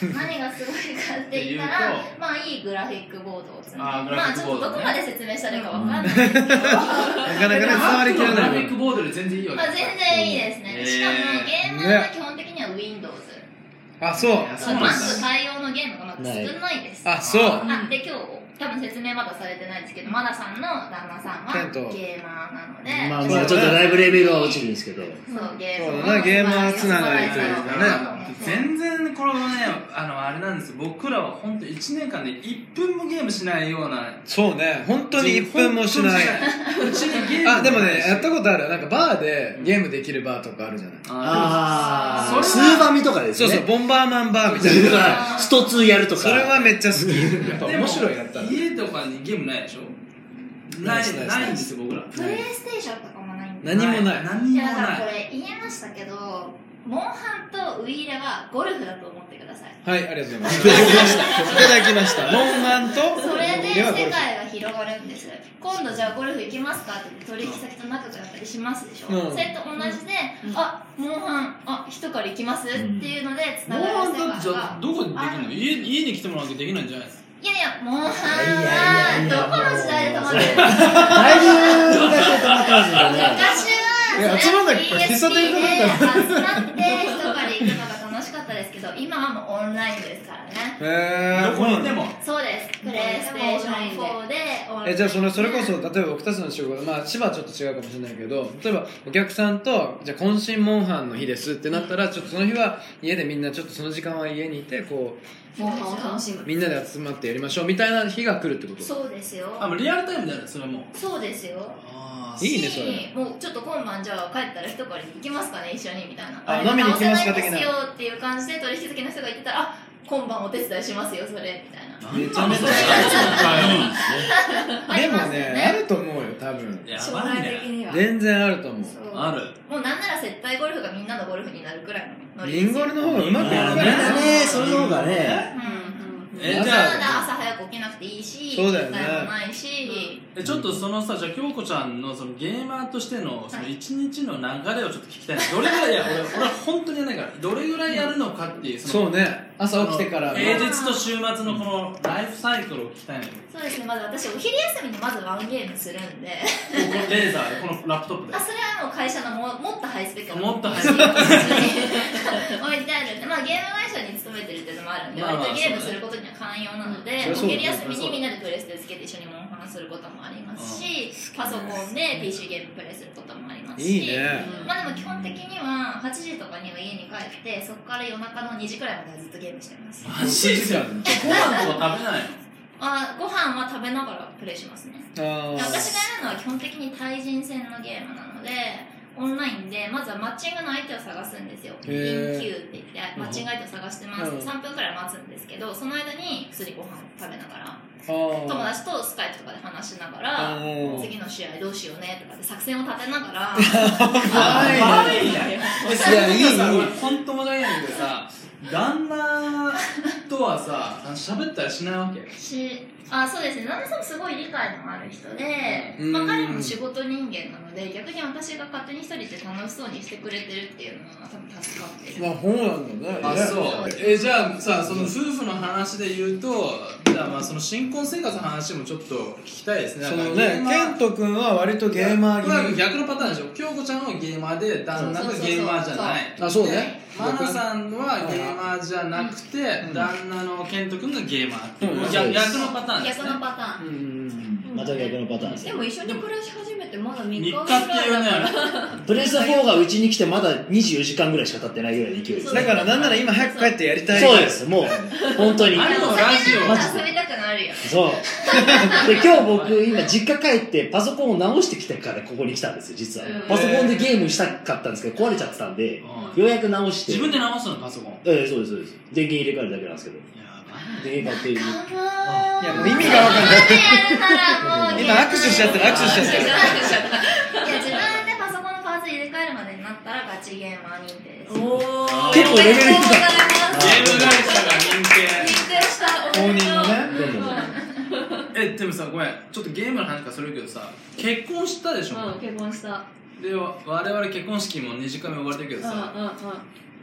Speaker 5: けど、何がすごいかって言ったら
Speaker 3: っていう
Speaker 5: まあいいグラフィックボードを積んで
Speaker 3: あーグラ
Speaker 5: ま
Speaker 3: フィ
Speaker 5: あ
Speaker 3: ッ
Speaker 5: ち
Speaker 3: ク
Speaker 5: ょっ
Speaker 3: ボー
Speaker 5: と
Speaker 3: ドね
Speaker 5: どこまで説明したらいいかわかんないですけど、
Speaker 2: なかなかね伝わりきら
Speaker 3: グラ
Speaker 2: な
Speaker 3: フ
Speaker 2: い
Speaker 3: ィックボードより全然いいわけ
Speaker 5: まあ全然いいです
Speaker 3: う
Speaker 5: ね、
Speaker 3: ん
Speaker 5: しかもゲームは基本的には Windows、
Speaker 2: あそう
Speaker 3: あそ
Speaker 5: そうう
Speaker 3: なんだ
Speaker 5: Mac 対応のゲームがまだ少ないです
Speaker 2: あそう
Speaker 5: あで今日多分説明まだされてないですけどマナさんの旦那さんは
Speaker 2: ケント
Speaker 5: ゲーマーなので、
Speaker 4: まあ、まあちょっとだいぶレベルは落ちるんですけど。
Speaker 5: そうゲー
Speaker 2: そう
Speaker 5: ム
Speaker 2: だなゲーマーつながりというかね
Speaker 3: 全然これはねあのあれなんですよ僕らは本当1年間で1分もゲームしないような
Speaker 2: そうね本当に1分もしない
Speaker 3: 本当にしないうちにゲーム
Speaker 2: あでもねやったことあるなんかバーでゲームできるバーとかあるじゃない
Speaker 3: あ
Speaker 4: あ
Speaker 3: そ
Speaker 4: あ、
Speaker 3: う
Speaker 4: スーファミとかです
Speaker 2: そう
Speaker 4: ね。
Speaker 2: そうボンバーマンバーみた
Speaker 4: だ
Speaker 2: い
Speaker 4: か
Speaker 2: な
Speaker 4: ら、スト2やるとか。
Speaker 2: それはめっちゃ好きやっぱ
Speaker 3: でも
Speaker 2: 面白いやったら
Speaker 3: 家とかにゲームないでしょ
Speaker 2: な
Speaker 3: な
Speaker 2: で
Speaker 3: い
Speaker 2: す
Speaker 3: いないんですよ僕ら
Speaker 5: プレイステーションとかもないんで
Speaker 2: 何もない
Speaker 3: 何
Speaker 5: い
Speaker 3: も
Speaker 5: やだから
Speaker 3: な
Speaker 5: こ
Speaker 3: い
Speaker 5: れ言えましたけどモンハンとウイイレはゴルフだと思ってください
Speaker 2: はいありがとうございますいただきましたいただきましたモンマンと
Speaker 5: それで
Speaker 2: ではこ
Speaker 5: 世界が広がるんです今度じゃあゴルフ行きますかって取引先と仲良くなったりしますでしょ、
Speaker 2: うん
Speaker 5: それと同じで、
Speaker 1: うん
Speaker 5: あモンハンあ一から行きます、
Speaker 4: ん
Speaker 5: っていうのでつ
Speaker 3: モ
Speaker 5: な
Speaker 3: ン
Speaker 5: がる
Speaker 3: ハ
Speaker 5: 世
Speaker 3: ンだってじゃあ
Speaker 5: 界が
Speaker 3: どこでできるの家家に来てもらうわけできないんじゃないですか
Speaker 5: いやいやモンハン
Speaker 4: いやいやいや
Speaker 5: はどこの時代で止まってるんですか
Speaker 4: だいぶ、だいぶ溜まってますよね。
Speaker 5: 昔
Speaker 2: いや
Speaker 5: は
Speaker 2: 集まんなきゃ
Speaker 5: PSP
Speaker 2: 喫茶店行
Speaker 5: で
Speaker 2: か
Speaker 5: 集まって一から行くのが楽しかったですけど今はもうオンラインですからね
Speaker 2: えー
Speaker 3: どこにいても
Speaker 5: そうですプレイステーション4でオンライン
Speaker 2: えじゃあそのそれこそ例えば僕たちの仕事まあ千葉はちょっと違うかもしれないけど例えばお客さんとじゃあ渾身モンハンの日ですってなったらちょっとその日は家でみんなちょっとその時間は家にいてこ
Speaker 1: モンハンを楽しむ
Speaker 2: うみんなで集まってやりましょうみたいな日が来るってこと
Speaker 5: そうですよ
Speaker 3: あもうリアルタイムでやるそれはもう
Speaker 5: そうですよ
Speaker 3: あ
Speaker 2: いいねそれ
Speaker 5: しもうちょっと今晩じゃあ帰ったら一狩りに行きますかね一緒にみたいな
Speaker 2: あ飲みに行きますか
Speaker 5: で
Speaker 2: 的な
Speaker 5: すよっていう感じで取引先の人が言ってたらあ今晩お手伝いしますよそれみたいな
Speaker 3: あ
Speaker 2: めちゃめちゃでもねあると思うよ多分
Speaker 3: や
Speaker 1: 将
Speaker 3: ばい
Speaker 1: 来的
Speaker 3: ね
Speaker 1: には
Speaker 2: 全然あると思う
Speaker 5: そう
Speaker 3: ある
Speaker 5: もうなんなら接待ゴルフがみんなのゴルフになるくらいのノリ
Speaker 2: リ
Speaker 5: で
Speaker 2: ン
Speaker 5: す
Speaker 2: ゴ
Speaker 5: よ
Speaker 2: ルの方がうまくやる
Speaker 4: ああ、
Speaker 2: か
Speaker 4: みん
Speaker 2: ら
Speaker 4: なね、それの方がね。
Speaker 5: うん
Speaker 1: うん
Speaker 3: え
Speaker 5: わ
Speaker 3: じ
Speaker 5: ざ
Speaker 3: ゃあ
Speaker 5: わざ朝早く起きなくていいし
Speaker 2: そうだよね
Speaker 5: 時間もないし、
Speaker 3: えちょっとそのさじゃあ京子ちゃんのそのゲーマーとしてのその一日の流れをちょっと聞きたいなどれぐらいいや俺俺は本当にやらないからどれぐらいやるのかっていうの
Speaker 2: そうね朝起きてから
Speaker 3: 平日と週末のこのライフサイクルを聞きたいのよ
Speaker 5: そうですねまず私お昼休みにまずワンゲームするんで
Speaker 3: このレーザーでこのラップトップで
Speaker 5: あそれはもう会社のももっとハイスペックな
Speaker 3: もっとハイス
Speaker 5: 置
Speaker 3: ペ
Speaker 5: いてあるんで、まあ、ゲーム会社に勤めてるっていうのもあるんで、
Speaker 3: まあまあ
Speaker 5: 割とゲームすることには寛容なので、
Speaker 2: うん
Speaker 5: お
Speaker 2: そり
Speaker 5: 昼
Speaker 2: ゃそうだ
Speaker 5: 休みにみんなでプレステつけて一緒にモンハンすることもありますし、パソコンで PC ゲームプレイすることもありますし
Speaker 2: いいね
Speaker 5: まあでも基本的には8時とかには家に帰ってそこから夜中の2時くらいまでずっとゲームしてます
Speaker 3: マジでご飯とか食べない
Speaker 5: あご飯は食べながらプレイしますね
Speaker 2: あ
Speaker 5: 私
Speaker 2: ー
Speaker 5: がやるのは基本的に対人戦のゲームなのでオンラインでまずはマッチングの相手を探すんですよ
Speaker 2: へ
Speaker 5: インキ
Speaker 2: ー
Speaker 5: ューって言ってマッチング相手を探してます、
Speaker 2: うん
Speaker 5: 3分くらい待つの待つんですけどその間に薬ご飯食べながら
Speaker 2: あー
Speaker 5: 友達とスカイプとかで話話しながら
Speaker 2: うん
Speaker 5: 次の試合どうしようねとかで作戦を立てなが ら
Speaker 3: 可愛いね
Speaker 2: いやいいいい
Speaker 3: さ俺本当もないんだけどさ旦那とはさ喋ったりしないわけ
Speaker 5: しあそうですね旦那さんもすごい理解のある人で、
Speaker 2: うん
Speaker 5: まあ、彼も仕事人間なので逆に私が勝手に一人で楽しそうにしてくれてるっていうのが多分助かってる
Speaker 2: まあそうなんだね
Speaker 3: あそうえじゃあさその夫婦の話で言うとじゃあまあその新婚生活の話もちょっと聞きたいですね
Speaker 2: その
Speaker 3: なん
Speaker 2: ね
Speaker 3: かゲーマ
Speaker 2: ケ
Speaker 3: ー
Speaker 2: ント君は割とゲーマー
Speaker 3: これは
Speaker 2: 気味
Speaker 3: 逆のパターンでしょ京子ちゃんはゲーマーで旦那が
Speaker 5: そうそうそうそう
Speaker 3: ゲーマーじゃない
Speaker 2: あそうね
Speaker 3: マナさんはゲーマーじゃなくて、
Speaker 2: ん
Speaker 3: 旦那の健人君がゲーマーってい
Speaker 2: う
Speaker 3: う、
Speaker 2: ん
Speaker 3: 逆
Speaker 4: そうです
Speaker 3: 逆のパターンです、
Speaker 1: 逆
Speaker 3: ね、
Speaker 1: のパターン
Speaker 2: うんうん
Speaker 4: また逆のパターンです
Speaker 1: で
Speaker 4: よ
Speaker 1: も一緒に暮らし始めてまだ3日
Speaker 3: 3日
Speaker 1: ぐらい
Speaker 3: っていうね
Speaker 1: だから
Speaker 4: プレス4がうちに来てまだ24時間ぐらいしか経ってないぐらいの勢いです
Speaker 2: だ
Speaker 4: ね
Speaker 2: からなんなら今早く帰ってやりたい
Speaker 4: そうですもう本当に
Speaker 3: あれ
Speaker 5: でも
Speaker 3: も
Speaker 5: お
Speaker 3: ラ
Speaker 5: 酒
Speaker 3: ジ
Speaker 5: 飲
Speaker 3: オ
Speaker 5: んだら遊びたくなるよ
Speaker 4: そう で今日僕今実家帰ってパソコンを直してきてからここに来たんですよ実は
Speaker 5: うん
Speaker 4: パソコンでゲームしたかったんですけど壊れちゃってたんで
Speaker 3: うん
Speaker 4: ようやく直して
Speaker 3: 自分で直すのパソコン
Speaker 4: ええそうですそうです電源入れ替えるだけなんですけど
Speaker 3: いや
Speaker 4: 電源買って
Speaker 5: か
Speaker 2: いやもう意味が分かんない
Speaker 5: ない
Speaker 2: 今握手しちゃってる握手しちゃってる
Speaker 5: いや自分でパソコンのパーツ入れ替えるまでになったらガチゲーマー認定です
Speaker 1: おー
Speaker 4: 結構レベル低い
Speaker 1: おめでとうございます
Speaker 3: ゲーム会社が認
Speaker 1: 認定した
Speaker 2: 公
Speaker 1: おめでとう
Speaker 2: 認のね
Speaker 4: どんどんどんどん
Speaker 3: 定えでもさごめんちょっとゲームの話からそれるけどさ結婚したでしょ、
Speaker 1: うん、結婚した
Speaker 3: で我々結婚式も2時間目終われたけ
Speaker 1: うん
Speaker 3: ど
Speaker 1: うんうん
Speaker 3: さ、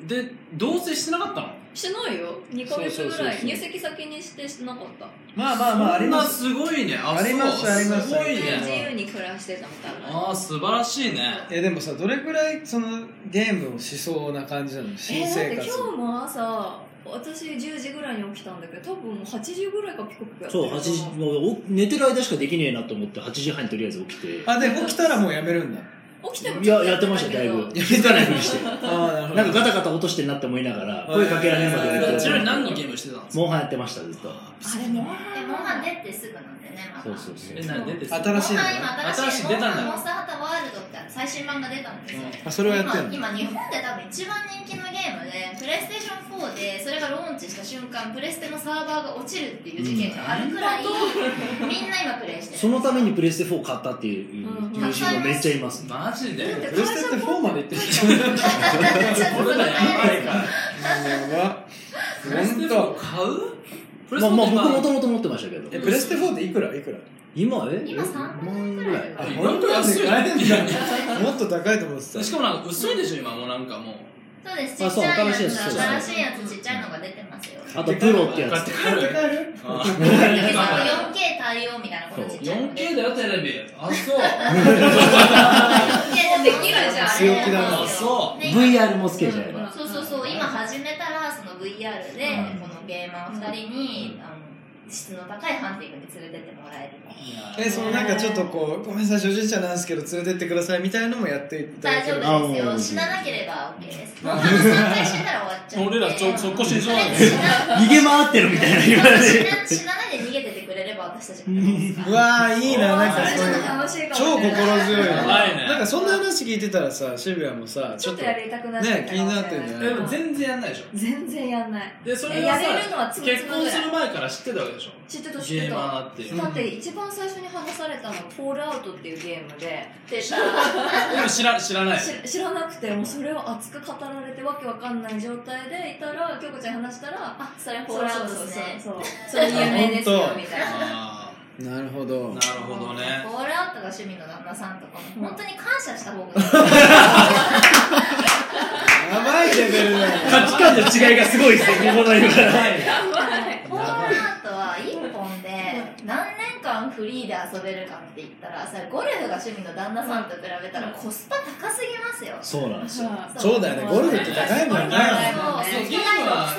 Speaker 3: で同棲してなかったの
Speaker 1: してないよ2ヶ月ぐらい
Speaker 2: そうそうそうそう
Speaker 1: 入籍先にしてしてなかった
Speaker 2: まあまあまああります
Speaker 3: そんなすごいねあ
Speaker 2: あります
Speaker 3: そう
Speaker 2: あります
Speaker 3: すごい
Speaker 1: 自
Speaker 3: ね
Speaker 1: 由に暮らしてたみたいな
Speaker 3: ああ素晴らしいね
Speaker 2: えでもさどれくらいそのゲームをしそうな感じなの新
Speaker 1: えだって
Speaker 2: 生
Speaker 1: 今
Speaker 2: 活
Speaker 1: 日も朝私10時ぐらいに起きたんだけど多分もう8時ぐらいかピコピコやって
Speaker 4: そう
Speaker 1: る
Speaker 4: 8時もうお寝てる間しかできねえなと思って8時半にとりあえず起きて
Speaker 2: あで起きたらもうやめるんだ
Speaker 1: 起きても
Speaker 4: いややってましたよだいぶ
Speaker 2: や
Speaker 4: 気づかないふりして
Speaker 2: ああなるほど
Speaker 4: なんかガタガタ落としてんなって思いながら
Speaker 2: うん
Speaker 4: 声かけられなかった
Speaker 2: うん
Speaker 3: ちなみに何のゲームしてたんですか
Speaker 4: モンハンやってましたずっと
Speaker 1: あれも
Speaker 5: でモンハン 出てすぐなんでねまだ
Speaker 4: そうそうそう
Speaker 3: え何出てた
Speaker 2: 新しいの
Speaker 5: モンハン今新し
Speaker 3: 新し
Speaker 5: い
Speaker 3: い出たんだ
Speaker 5: モンハンモンスターハンターワールドって最新版が出たんですよ、
Speaker 2: あそれはやってんの
Speaker 5: 今今日本で多分一番人気のゲームでプレイステーション4でそれがローンチした瞬間プレステのサーバーが落ちるっていう事件があるくらい、みんな今プレイしてる
Speaker 4: そのためにプレステ4買ったっていう友人がめっちゃいますね
Speaker 3: マジで
Speaker 2: プレステって4まで行ってるじ
Speaker 3: 俺らやばいから
Speaker 2: ゃんやば
Speaker 3: プレステ
Speaker 2: 本
Speaker 3: 4
Speaker 2: 当
Speaker 3: 買うプレス
Speaker 4: まあ
Speaker 3: テ
Speaker 4: まあ僕
Speaker 3: 4
Speaker 4: もともと持ってましたけど
Speaker 2: えプレステ4っていくらいくら
Speaker 4: 今え
Speaker 5: 今3万円くらい
Speaker 4: あ
Speaker 2: あ
Speaker 3: 意
Speaker 2: 本
Speaker 3: 外
Speaker 2: 当
Speaker 3: と安いね
Speaker 2: 安いねもっと高いと思ってた
Speaker 3: しかもなんか薄いでしょ今もうなんかもう
Speaker 5: そうですち
Speaker 4: あ
Speaker 5: っ
Speaker 4: そう
Speaker 5: ちゃいやつ
Speaker 4: 新しいやつそう
Speaker 5: 新しいやつちっちゃいのが出てますよ
Speaker 4: あとプロってや
Speaker 3: 買っ
Speaker 4: つ
Speaker 3: て帰る
Speaker 2: 高い
Speaker 3: あ
Speaker 5: でその
Speaker 3: ー
Speaker 5: 4K 対応みたいなこのちっちゃいの
Speaker 3: 4K だよテレビあそう
Speaker 5: 4K でできるじゃん
Speaker 2: 強気だな
Speaker 5: あれ
Speaker 3: そ
Speaker 5: で今
Speaker 4: VR もつけじゃえば
Speaker 5: そうそうそう、今始めたら、その VR で、このゲーマー2人に、あの、質の高いハンティングに連れてってもらえる。
Speaker 2: えそのなんかちょっとこうごめんなさい初心者なんですけど連れてってくださいみたいのもやっていただ
Speaker 5: 大
Speaker 2: ける
Speaker 5: 丈夫です
Speaker 4: あも
Speaker 5: よ。
Speaker 4: う
Speaker 5: 死ななければ OK です。もう3回死んだら終わっちゃう。
Speaker 3: 俺らちょそこ心
Speaker 5: 死
Speaker 3: 臓
Speaker 5: な
Speaker 3: なんだよ
Speaker 4: 逃げ回ってるみたい な言われて
Speaker 5: 死なないで逃げててくれれば私たちもいいです
Speaker 2: うわーいいななん
Speaker 1: そ
Speaker 2: か
Speaker 1: れ
Speaker 2: そ
Speaker 1: ち
Speaker 2: う
Speaker 1: ょっ
Speaker 2: い
Speaker 1: と
Speaker 2: う
Speaker 1: 楽しいか
Speaker 2: 超
Speaker 1: も
Speaker 2: 心
Speaker 1: ね
Speaker 2: 強い
Speaker 3: や
Speaker 2: な
Speaker 3: ばいね
Speaker 2: なんかそんな話聞いてたらさ渋谷もさ
Speaker 1: ちょっとやりたくなってきた
Speaker 2: ね気になってんじゃない
Speaker 3: でも全然やんないでしょ
Speaker 1: 全然やんない
Speaker 3: でそれは
Speaker 1: えやれるのは
Speaker 3: さ
Speaker 1: つむつむ
Speaker 3: 結婚する前から知ってたわけでしょ
Speaker 1: 知ってた知
Speaker 3: ゲ
Speaker 1: って
Speaker 3: ーマ
Speaker 1: た
Speaker 3: ーって
Speaker 1: だって一番最初に話されたのは「フォールアウト」っていうゲームで
Speaker 5: 出た。
Speaker 3: うん知ら知らない
Speaker 1: し知らなくてもうそれを熱く語られてわけわかんない状態でいたら京子ちゃんに話したら「あ
Speaker 5: それフォー
Speaker 1: そう
Speaker 5: ルア
Speaker 1: そう
Speaker 5: ウト
Speaker 1: そ
Speaker 5: で
Speaker 1: う
Speaker 5: すね。
Speaker 1: そうそれ有名ですよみたいな
Speaker 3: あ
Speaker 2: なるほど
Speaker 3: ーなるほどね
Speaker 5: フォールアウトが趣味の旦那さんとかも、本当に感謝した方がいい。
Speaker 2: やばいレベルだよ
Speaker 4: 価値観の違いがすごいです ねここの今
Speaker 5: ホームラントは1本で何年間フリーで遊べるかって言ったらそれゴルフが趣味の旦那さんと比べたらコスパ高すぎますよ
Speaker 4: そうなんですよ
Speaker 2: そうだよねゴルフって高いもんね
Speaker 3: そ
Speaker 5: そう
Speaker 3: う
Speaker 5: 1回6000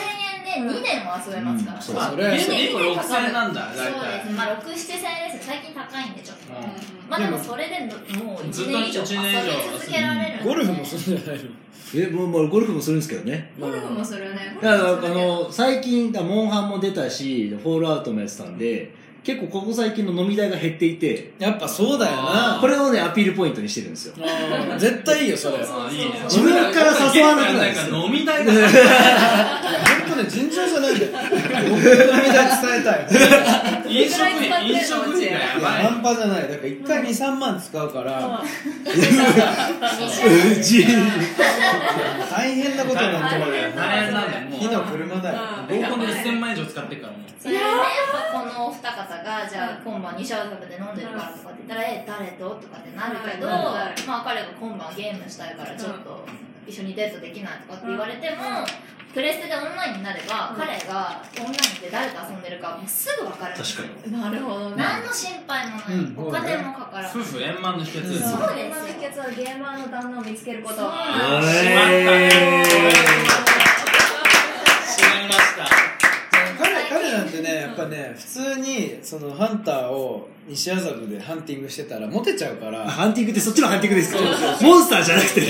Speaker 5: 円で2年も遊べますから、
Speaker 4: うん
Speaker 5: そ
Speaker 4: そうう
Speaker 3: あ
Speaker 2: そ
Speaker 3: ゲ
Speaker 2: れ
Speaker 3: ーム6000なんだ
Speaker 5: です
Speaker 3: 大体
Speaker 5: まあ67000円です最近高いんでちょっと、
Speaker 3: うん
Speaker 5: まあでもそれでもう1年以上遊び続けられるんで
Speaker 2: ゴルフもするんじゃないの
Speaker 4: えもうもうゴルフもするんですけどね
Speaker 1: ゴルフもするね
Speaker 4: いやあの最近だモンハンも出たしフォールアウトもやってたんで結構ここ最近の飲み代が減っていて
Speaker 2: やっぱそうだよな
Speaker 4: これをねアピールポイントにしてるんですよ
Speaker 2: うん絶対いいよそれ
Speaker 3: あーいいね
Speaker 4: 自分から誘わなくないです
Speaker 3: 飲み代が高い
Speaker 2: 本当ね尋常じゃないんだよ僕の意味で伝えたい
Speaker 3: 飲食飲食費がやばい
Speaker 2: 半端じゃないだから一回23万使うから
Speaker 5: う
Speaker 4: ち
Speaker 2: 大変なことになって
Speaker 3: 大
Speaker 2: る
Speaker 3: 変なんだよ
Speaker 2: 火
Speaker 3: もう
Speaker 2: の車だよ
Speaker 3: 合コンで1000万円以上使ってるからもう
Speaker 5: それでやっぱこのお二方がじゃあ今晩2社食べて飲んでるからとかって言ったら「え誰と?」とかってなるけど、
Speaker 1: はいはいはい
Speaker 5: まあ彼が今晩ゲームしたいからちょっと一緒にデートできないとかって言われても、プレステでオンラインになれば、
Speaker 1: うん
Speaker 5: 彼がオンラインで誰と遊んでるかもうすぐ分かるんですよ
Speaker 4: 確
Speaker 1: んなるほどね
Speaker 5: 何の心配もない、
Speaker 2: うん
Speaker 5: お金もかからない、
Speaker 3: 夫婦円満の秘訣です
Speaker 5: そう
Speaker 3: よ
Speaker 5: です
Speaker 1: の秘訣はゲーマーの旦那を見つけること
Speaker 5: そう
Speaker 4: あ
Speaker 3: しまいました
Speaker 2: 彼彼なんてねやっぱね普通にそのハンターを西麻布でハンティングしてたらモテちゃう から
Speaker 4: ハンティングってそっちのハンティングですかモンスターじゃなくてね。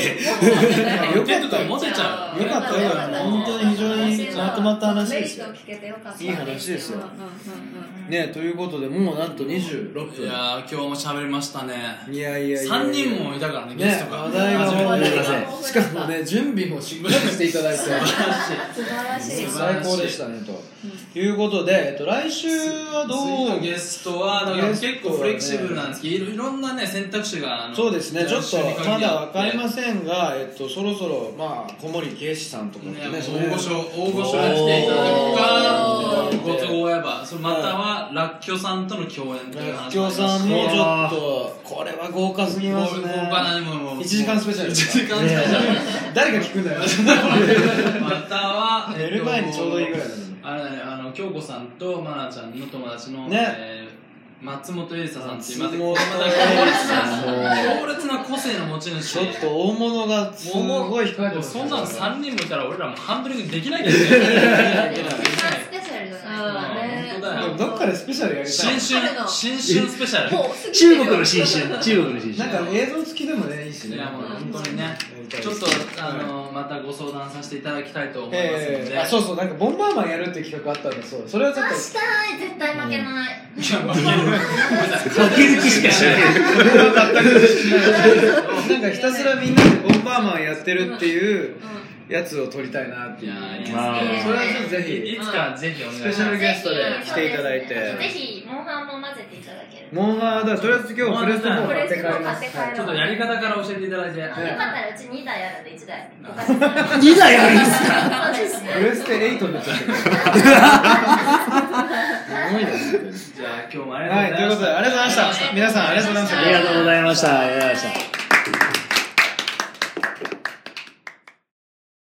Speaker 2: よかった
Speaker 3: モテちゃう
Speaker 2: よかったよかった本当に非常にまとまった話ですよ
Speaker 5: メリットを聞けてよかった
Speaker 2: いい話ですよ
Speaker 1: う
Speaker 2: ねということでもうなんと26分
Speaker 3: いやー今日も喋りましたね
Speaker 2: いやいやいや
Speaker 3: 3人もいたからねゲ
Speaker 2: ね
Speaker 3: ストが
Speaker 2: 話題が
Speaker 3: 初
Speaker 2: 本
Speaker 3: め
Speaker 2: 当
Speaker 3: て
Speaker 2: に
Speaker 3: だから
Speaker 2: しかもね準備もしっかりしていただいて
Speaker 5: 素晴らしい
Speaker 3: 素晴
Speaker 2: 最高でしたねということで、えっと、来週は
Speaker 3: 次
Speaker 2: ど
Speaker 3: の
Speaker 2: う
Speaker 3: ゲストはだから
Speaker 2: ゲストはね
Speaker 3: 結構フレキシブルなんですけどいろいろんなね選択肢があの
Speaker 2: そうですねちょっと
Speaker 3: 来週に限
Speaker 2: ま
Speaker 3: り
Speaker 2: だ
Speaker 3: あ
Speaker 2: わ
Speaker 3: って
Speaker 2: かりませんが、えっと、そろそろ、まあ、小森圭司さんとかって
Speaker 3: ね、
Speaker 2: ねその
Speaker 3: 大御
Speaker 2: 辺
Speaker 3: 所、大御所が来ていただ
Speaker 2: お
Speaker 3: く
Speaker 2: ー
Speaker 3: か、ご都合やば、それまたは、らっきょうさんとの共演という
Speaker 2: らっ
Speaker 3: 話
Speaker 2: きょうさんも
Speaker 3: も
Speaker 2: ちょっとこれは豪華すぎ
Speaker 3: ありま
Speaker 2: ま
Speaker 3: し
Speaker 2: す
Speaker 3: た
Speaker 2: ね
Speaker 3: 豪豪華なもうもう
Speaker 2: 1時間スペシャル
Speaker 3: 1時間スペシ
Speaker 2: 誰が聞くん だよ
Speaker 3: ャル。または、
Speaker 2: 寝る前にちょうどいいぐらい
Speaker 3: い。
Speaker 2: なのに
Speaker 3: あれだね、あの、京子さんと、まなちゃんの友達の、
Speaker 2: ね
Speaker 3: えー松本エリサさんっていう、また、
Speaker 2: 松本
Speaker 3: また強烈な、強烈な個性の持ち主。
Speaker 2: ちょっと大物がすごい控えてま
Speaker 3: もう
Speaker 2: す
Speaker 3: そんなの3人もいたら俺らもうハンドリングできないけど
Speaker 5: 時間ス
Speaker 3: ね。
Speaker 5: ペシャルじゃ
Speaker 1: あ
Speaker 5: ないで
Speaker 1: ーね
Speaker 3: 本当だよ
Speaker 2: どっかでスペシャルやりたい
Speaker 3: 新春、新春スペシャル。
Speaker 5: すかもうすぐ
Speaker 4: 中国の新春。中国の新
Speaker 2: なん
Speaker 4: 春。
Speaker 2: か映像付きでもねいいしね
Speaker 3: いやもう本当にねちょっとあのまたご相談させていただきたいと思いますの
Speaker 2: え
Speaker 3: で、
Speaker 2: えあそうそうなんかボンバーマンやるって企画あったんだそうそれはちょっ
Speaker 5: あ
Speaker 2: と
Speaker 5: したい絶対負け
Speaker 3: い
Speaker 5: ない、
Speaker 3: や負ける
Speaker 4: 負ける気しかしな
Speaker 2: な
Speaker 4: い。
Speaker 2: んかひたすらみんなでボンバーマンやってるっていうやつを撮りたいなっていう
Speaker 3: い
Speaker 2: そ
Speaker 4: やいいですね
Speaker 2: れはちょっとぜ
Speaker 3: い
Speaker 2: ひ
Speaker 3: いつかぜひお願い
Speaker 2: ス
Speaker 3: しま
Speaker 2: ペ
Speaker 3: す
Speaker 2: シャルゲストで来ていただいて
Speaker 5: ぜひモンハンも混ぜていただける
Speaker 2: モンハーだとりあえず今日フレストフォー買って帰ります
Speaker 1: フレストフォー買
Speaker 3: ち
Speaker 1: って帰ります
Speaker 3: ょっとやり方から教えていただいて
Speaker 5: あ
Speaker 2: ね
Speaker 5: よかったらうち2台あるんで1台 お貸しする
Speaker 4: 2台あるんです
Speaker 5: そ
Speaker 4: か
Speaker 5: うですね
Speaker 2: フレステ8になっちゃったすごいな
Speaker 3: じゃあ今日もありが
Speaker 2: はい、と
Speaker 3: と
Speaker 2: いうう
Speaker 3: ご
Speaker 2: こ
Speaker 3: ざいまし
Speaker 2: と
Speaker 3: た
Speaker 2: でありがとうございました皆さんありがとうございました
Speaker 4: ありがとうございました。ありがとうございました。